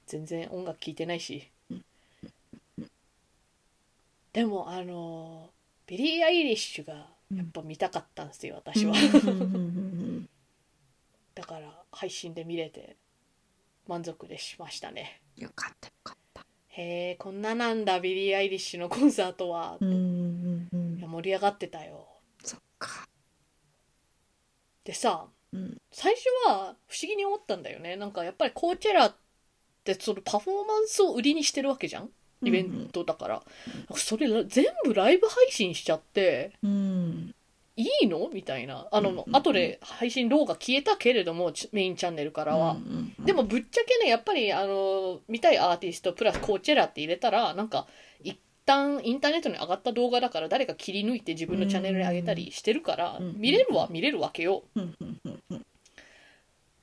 全然音楽聴いてないし、でもあのビリー・アイリッシュがやっぱ見たかったんですよ私は、
うんうんうんうん
だから配信で見れて満足でしましたね
うんよかったよかった
へえこんななんだビリー・アイリッシュのコンサートは、
うんう
い
んうん
や盛り上がってたよ
そっか
でさ
うん
最初は不思議に思ったんだよねなんかやっぱりコーチェラってそのパフォーマンスを売りにしてるわけじゃんイベントだから、なんかそれら全部ライブ配信しちゃって
うん
いいのみたいなあの、
うんうんうん
後で配信ローが消えたけれどもちメインチャンネルからは、
うんうんうん
でもぶっちゃけねやっぱりあの見たいアーティストプラスコーチェラって入れたらなんか一旦インターネットに上がった動画だから誰か切り抜いて自分のチャンネルに上げたりしてるから
うん
見れるは見れるわけよ
うんうんうんうん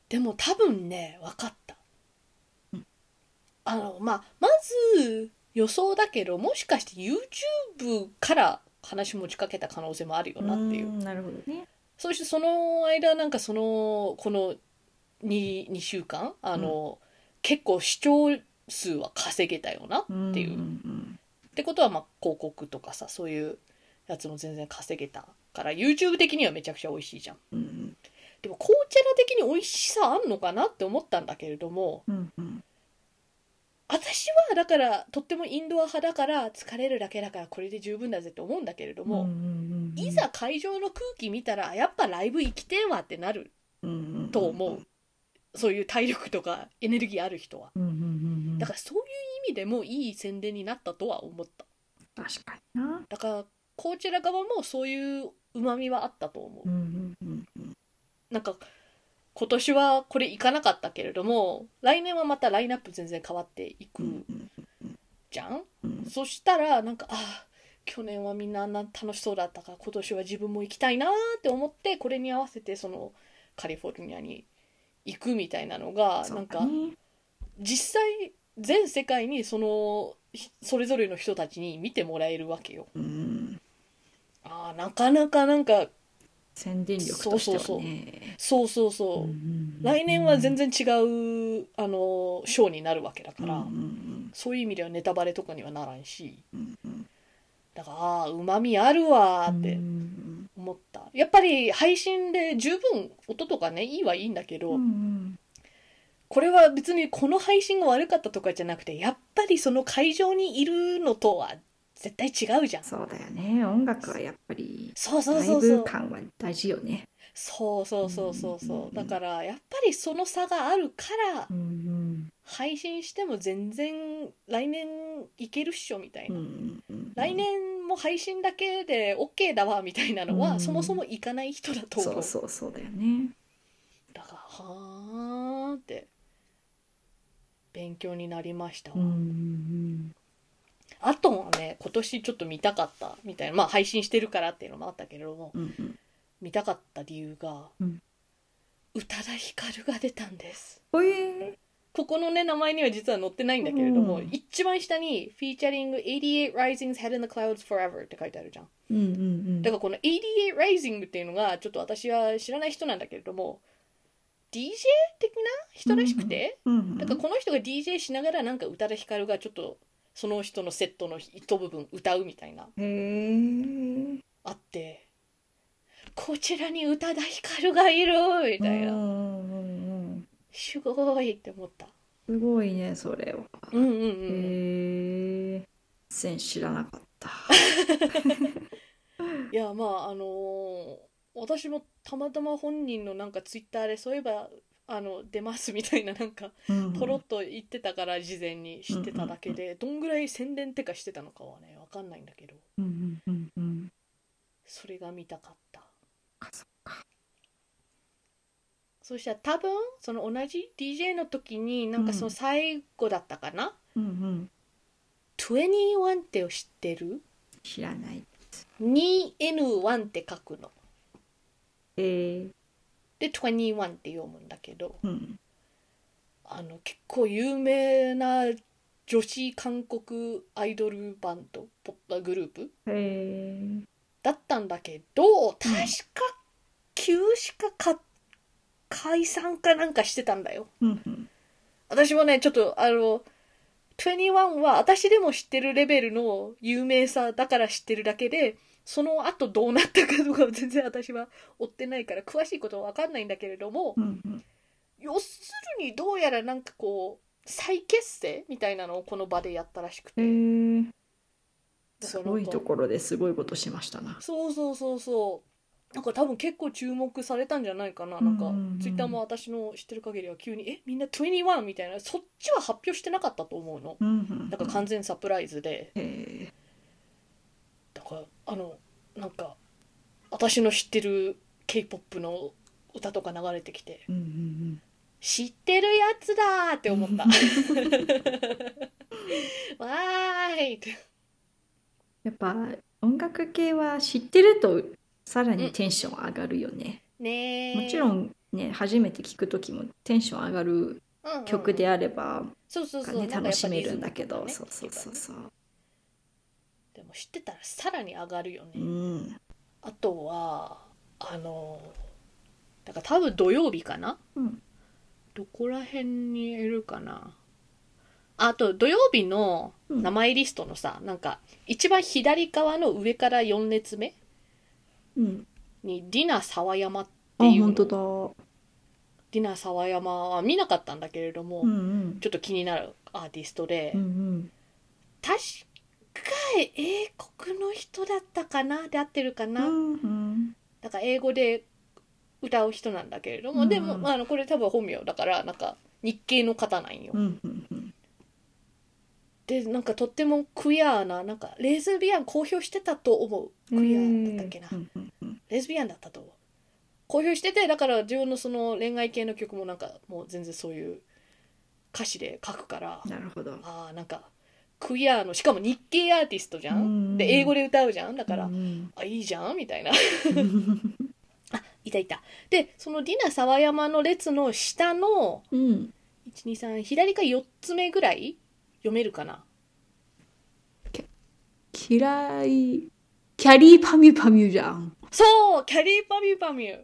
でも多分ね分かった
うん
あのまあまず予想だけどもしかして YouTube から話持ちかけた可能性もあるよなっていう
うんなるほどね
そしてその間なんかそのこの 2, 2週間あの、結構視聴数は稼げたよなっていう、っ
んん
てことはまあ広告とかさそういうやつも全然稼げたから YouTube 的にはめちゃくちゃ美味しいじゃん
うんうん
でも紅茶ラ的に美味しさあんのかなって思ったんだけれども
うんうん
私はだからとってもインドア派だから疲れるだけだからこれで十分だぜって思うんだけれども、
うんうんうんうん
いざ会場の空気見たらやっぱライブ行きてえわってなると思う、そういう体力とかエネルギーある人は
うんうんうんうん
だからそういう意味でもいい宣伝になったとは思った
確かにな
だからこちら側もそういううまみはあったと思う、
うんうんうんうん
なんか今年はこれいかなかったけれども来年はまたラインナップ全然変わっていく
うん
じゃん、
うん
そしたらなんかああ去年はみんなあんな楽しそうだったから今年は自分も行きたいなーって思ってこれに合わせてそのカリフォルニアに行くみたいなのが
そう
なん
だ
か
ね
実際全世界にそのひそれぞれの人たちに見てもらえるわけよ
うん
あーなかなかなんか
宣伝力としてはね
そうそうそうそうそうそう、来年は全然違うあのショーになるわけだから、
うん
そういう意味ではネタバレとかにはならんし
うんうんうん
だからああうまみあるわーっ
う
て
ん
思った、やっぱり配信で十分音とかねいいはいいんだけど、
うんうん
これは別にこの配信が悪かったとかじゃなくてやっぱりその会場にいるのとは絶対違うじゃん
そうだよね音楽はやっぱり
そうそ
ラ
う
イ
そうそう
ブ感は大事よね
そうそうそうそう
うんうん
そ
うん
うだからやっぱりその差があるから
うん
配信しても全然来年いけるっしょみたい
うんう
な、
んうん
来年も配信だけで OK だわみたいなのは、
うん
そもそもいかない人だと思う
そうそうそうだよね
だからはーって勉強になりましたわ、
うんうん
あとはね今年ちょっと見たかったみたいなまあ配信してるからっていうのもあったけれども
うんうん
見たかった理由が、
うん
宇多田ヒカルが出たんです
ほえ
ここのね名前には実は載ってないんだけれども、
うん
一番下に「フィーチャリング88 Rising's Head in the Clouds Forever」って書いてあるじゃん
うんうんうん
だからこの「88 Rising」っていうのがちょっと私は知らない人なんだけれども DJ 的な人らしくて、
うんうん
だからこの人が DJ しながらなんか宇多田ヒカルがちょっとその人のセットの一部分歌うみたいな
へえ
あって「こちらに宇多田ヒカルがいる!」みたいなすごいって思った
すごいねそれは
うんうんう
へ
ん、
え全然知らな かった
いやまああのー私もたまたま本人のなんかツイッターでそういえばあの出ますみたいななんかポロッと言ってたから事前に知ってただけでどんぐらい宣伝ってかしてたのかはねわかんないんだけど
うんうんうんうん
それが見たかった
かそっか
そしたら多分その同じ DJ の時になんかその最後だったかな、
うんうん
21って知ってる
知らない
?2N1 って書くの
へえ
で21って読むんだけど
うん
あの結構有名な女子韓国アイドルバンドポッタグループ
へえ
だったんだけど確か休止かか解散かなんかしてたんだよ
うんうん
私もねちょっとあの21は私でも知ってるレベルの有名さだから知ってるだけでその後どうなったかとかは全然私は追ってないから詳しいことは分かんないんだけれども
うんうん
要するにどうやらなんかこう再結成みたいなのをこの場でやったらしくて、
へえ
だ
す
から
ごいと
なんか
ころですごいことしましたな。
そうそうそうそうなんか多分結構注目されたんじゃないかななんか
うんうんうん
ツイッターも私の知ってる限りは急に「えみんな21」みたいなそっちは発表してなかったと思うの
うんうん
なんか完全サプライズで
え
だからあのなんか私の知ってる k p o p の歌とか流れてきて
ーうんうん
「知ってるやつだ!」って思った「わーい!」って
やっぱ音楽系は知ってるとさらにテンション上がるよね。
ね
もちろ
ん
んね初めて聞く時もテンション上がる曲であれば、
そうそうそう、な
ね、
んかや
楽
っぱ
しめ
リズ
るん
ム
だけ
と
ど、
かね
そうそうそうそう。
でも知ってたらさらに上がるよね、
うん
あとはあのだから多分土曜日かな
うん
どこら辺にいるかなあと土曜日の
うん
名前リストのさ、なんか一番左側の上から4列目
うん。
にディナ・沢山って
あ
いう
本
の
当だ。
ディナ・沢山は見なかったんだけれども、
うんうん
ちょっと気になるアーティストで、
うんうん
確か英国の人だったかなで合ってるか
う
な、
んうん
だから英語で歌う人なんだけれども、
うん
でも、まあ、あのこれ多分本名だからなんか日系の方なんよ、
うんうんうん
でなんかとってもクイアーななんかレズビアン公表してたと思うクイアーだったっけな、
うんうんうん
レズビアンだったと思う公表しててだから自分のその恋愛系の曲もなんかもう全然そういう歌詞で書くから、
なるほど。
あーなんかクイアーのしかも日系アーティストじゃん、
うん
で英語で歌うじゃんだから、
うんうん
あいいじゃんみた いなあいたいたでそのディナ・沢山の列の下の
うん
123左か4つ目ぐらい読めるかな
嫌いキャリーパミュパミュじゃん。
そうキャリーパミュパミュ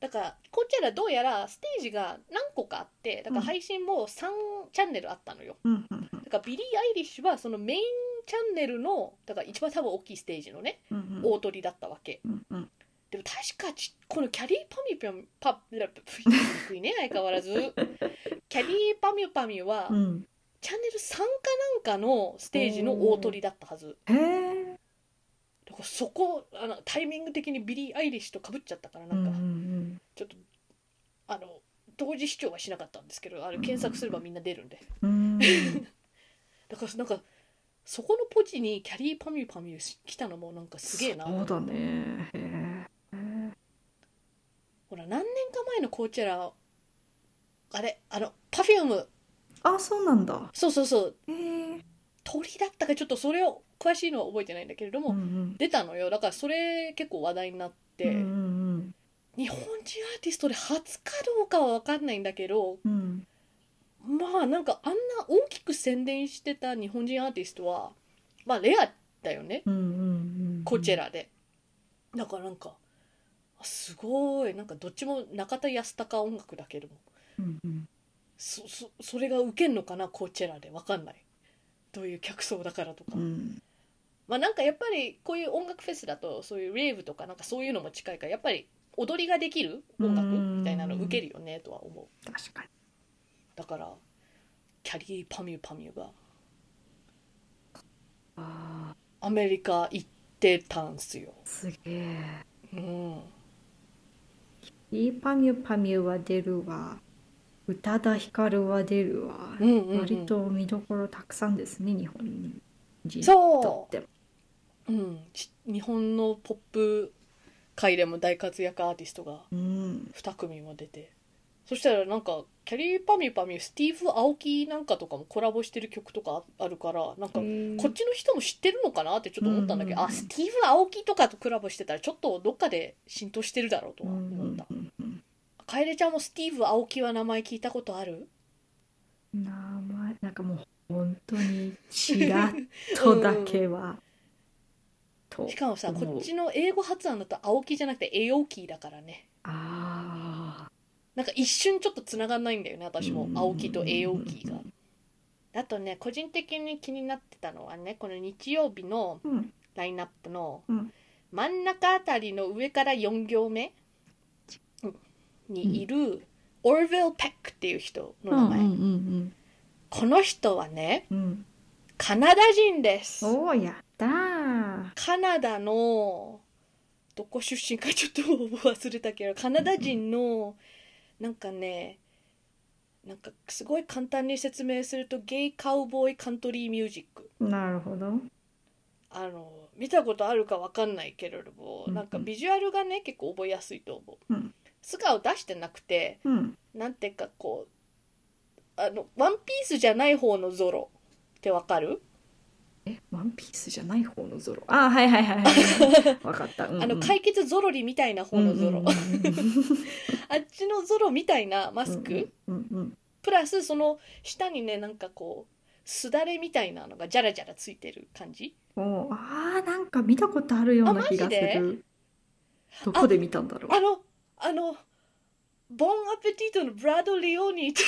だからこちらどうやらステージが何個かあってだから配信も3チャンネルあったのよ
うんうんうん
だからビリー・アイリッシュはそのメインチャンネルのだから一番多分大きいステージのね
うん
大鳥だったわけ
うんうん
でも確かちこのキャリーパミュパミュパミュ言いにくいね相変わらずキャリーパミュパミュは
うん
チャンネル3かなんかのステージの大鳥だったはず
へえ
だからそこあのタイミング的にビリー・アイリッシュとかぶっちゃったからなんか、
うんうん
ちょっとあの同時視聴はしなかったんですけどあれ
うん
検索すればみんな出るんで
うんうーん
だからなんかそこのポジにキャリーパミュパミュ来たのもなんかすげえな
そうだねへえ
ほら何年か前のコーチェラあれあのパフューム
あそうなんだ
そうそうそう
へえ
鳥だったかちょっとそれを詳しいのは覚えてないんだけれども、
うんうん
出たのよだからそれ結構話題になって、
うんうん
日本人アーティストで初かどうかは分かんないんだけど
うんうん
まあなんかあんな大きく宣伝してた日本人アーティストはまあレアだよね
うんうんうん
コチェラで、だからなんかあすごいなんかどっちも中田康隆音楽だけども
うんうん
そそそれがウケんのかなコチェラで分かんないどういう客層だからとか、
うん
まあなんかやっぱりこういう音楽フェスだとそういうレイブとかなんかそういうのも近いからやっぱり踊りができる音楽みたいなの受けるよねとは思う
確かに
だからキャリーパミュパミュが
あ
アメリカ行ってたんすよ
ーすげえ
うん
いいパミュパミュは出るわ宇多田ヒカルは出るわ、
うんうん、うん、
割と見どころたくさんですね日本人にと
そ
っても
う、うん、し日本のポップ界でも大活躍アーティストが
うん
2組も出てそしたらなんかキャリーパミュパミュスティーブ・アオキなんかとかもコラボしてる曲とかああるからなんかこっちの人も知ってるのかなってちょっと思ったんだけど、
う
あ
んうんうん
スティーブ・アオキとかとコラボしてたらちょっとどっかで浸透してるだろうと
う
は
んう
思っ
ん
た
うんうん
楓ちゃんもスティーブ・アオキは名前聞いたことある
名前なんかもう本当にちらっとだけは、と
しかもさ
思う
こっちの英語発音だとアオキじゃなくてエオキだからね
ああ
なんか一瞬ちょっとつながんないんだよね私も
うん
青木と A 青木
う
が
ん。
あとね個人的に気になってたのはねこの日曜日の
うん
ラインナップの
うん
真ん中あたりの上から4行目にいるオーヴィル・ペックっていう人
う
の
ん
名
うん
前、
うん
この人はね
うんうん
カナダ人です
おおやったー
カナダのどこ出身かちょっと忘れたけどカナダ人のなんかねなんかすごい簡単に説明するとゲイカウボーイカントリーミュージック
なるほど
あの見たことあるかわかんないけれども
うん
なんかビジュアルがね結構覚えやすいと思う、
うん
素顔出してなくて
うん
なんていうかこうあのワンピースじゃない方のゾロってわかる、
えワンピースじゃない方のゾロあーはいはいはいはいわかった
あの解決ゾロリみたいな方のゾロ、 あっちのゾロみたいなマ
マ
スク、
うんうん
プラスその下にねなんかこうすだれみたいなのがジャラジャラついてる感じ
うんおーあーなんか見たことあるような気がす
あマ
るどこで見たんだろう
あのあのボンアペティートのブラド・リオーニーと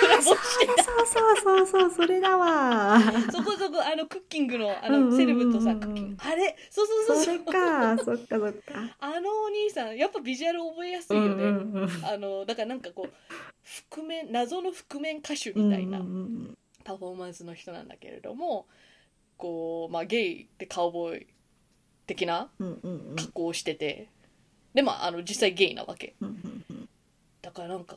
コラボして
そうそうそうそうそれだわー
そこそこあのクッキングのあ
うんうんうんう
の
ん
セレブとさクッキングあれそう そうそう
そ
そう
れかそっかそっか
あのお兄さんやっぱビジュアル覚えやすいよね、
うんうんうん
あのだからなんかこう覆面謎の覆面歌手みたいな
うんうん
パフォーマンスの人なんだけれどもこう、まあ、ゲイでカウボーイ的な
うんうんうん
加工しててでまああの実際ゲイなわけ
うんうんうん
だからなんか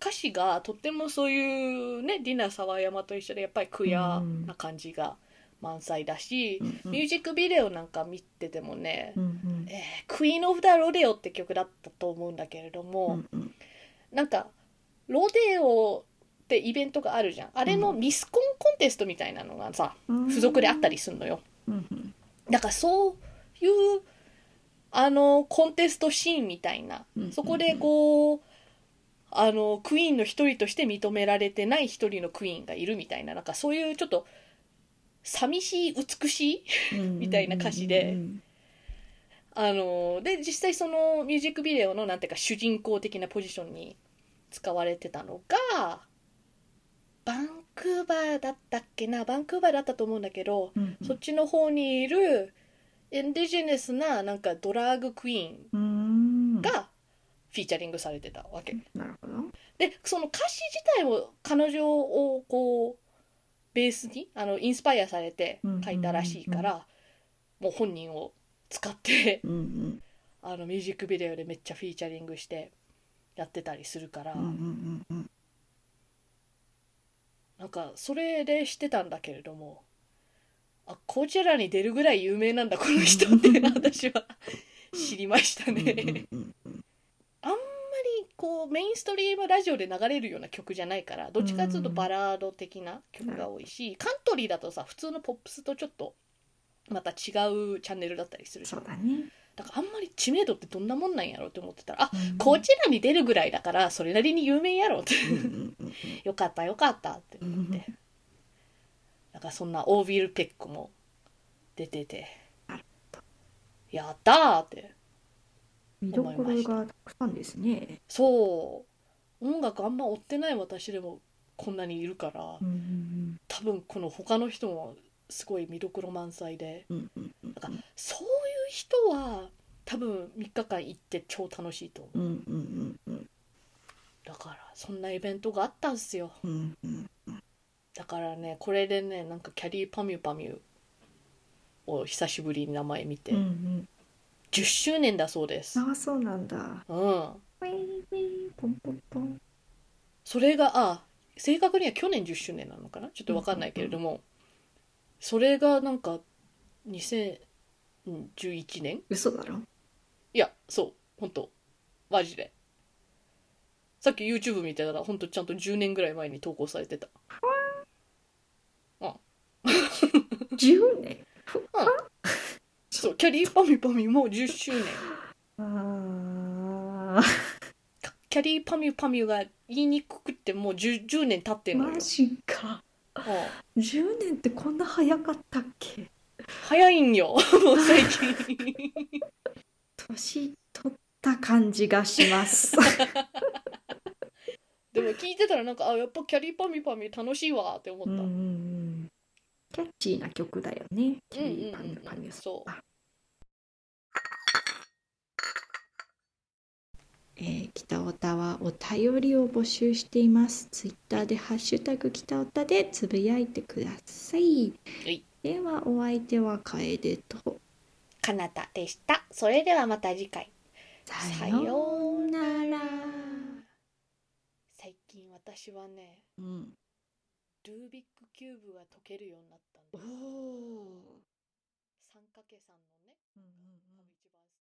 歌詞がとってもそういうねディナ・サワヤマと一緒でやっぱりクヤな感じが満載だし、
うん
ミュージックビデオなんか見ててもね
うんうん
「えー、クイーン・オブ・ダ・ロデオ」って曲だったと思うんだけれど
う
も、
んうん
なんかロデオってイベントがあるじゃんあれのミスコンコンテストみたいなのがさ
うん
付属であったりするのよ。
うんうん
だからそういうあのコンテストシーンみたいな
うん
そこでこうあのクイーンの一人として認められてない一人のクイーンがいるみたいななんかそういうちょっと寂しい美しいみたいな歌詞で
うん
あので実際そのミュージックビデオのなんていうか主人公的なポジションに使われてたのがバンクーバーだったっけなバンクーバーだったと思うんだけど
うんうん
そっちの方にいるインディジェネスななんかドラァグクイーン
うん
がフィーチャリングされてたわけ
なるほど
でその歌詞自体も彼女をこうベースにあのインスパイアされて書いたらしいからもう本人を使って
うんうん
あのミュージックビデオでめっちゃフィーチャリングしてやってたりするから
うんうんうんうん
なんかそれでしてたんだけれどもあこちらに出るぐらい有名なんだこの人って 私は知りましたね。
うんうんうん
こうメインストリームラジオで流れるような曲じゃないからどっちかっていうとバラード的な曲が多いし、カントリーだとさ普通のポップスとちょっとまた違うチャンネルだったりするじゃ
そ
ん
うだね
だからあんまり知名度ってどんなもんなんやろうって思ってたらあ
うん
こちらに出るぐらいだからそれなりに有名やろって
うんうんうん
よかったよかったって思ってだからそんなオービル・ペックも出てて
なる
やったーって
見どころがたくさんですね
そう音楽あんま追ってない私でもこんなにいるから
うん
多分この他の人もすごい見どころ満載で
うんうんうん
なんかそういう人は多分3日間行って超楽しいと思う
うんうんうん
だからそんなイベントがあったんすよ
うんうん
だからねこれでねなんかキャリーパミュパミュを久しぶりに名前見て、
うんうん
10周年だそうです
ああそうなんだ
うん
ウィーウィーポンポンポン
それがあ正確には去年10周年なのかなちょっと分かんないけれども、それがなんか2011年
嘘だろ
いやそう本当マジでさっき YouTube 見てたら本当ちゃんと10年ぐらい前に投稿されてた
10年
そうキャリーパミュパミュも10周年
ああ
かキャリーパミュパミュが言いにくくってもう 10, 10年経ってんのよ
マジか
うん
10年ってこんな早かったっけ
早いんよ もう最近
年取った感じがします
でも聞いてたらなんかあやっぱキャリーパミュパミュ楽しいわって思っ
う
た、
んうんうんキャッチーな曲だよねキャリーパ
うんうんうん
ミ
う
ュ
ん
パミュさん
そう
あえー北オタはお便りを募集しています。ツイッターでハッシュタグ北オタでつぶやいてください。
はい
ではお相手は楓と
かなたでした。それではまた次回。
さようなら。
最近私はね、
うん。
ルービックキューブが解けるようになったんです。3×3
おー
のね、多
うんうんうん
分一番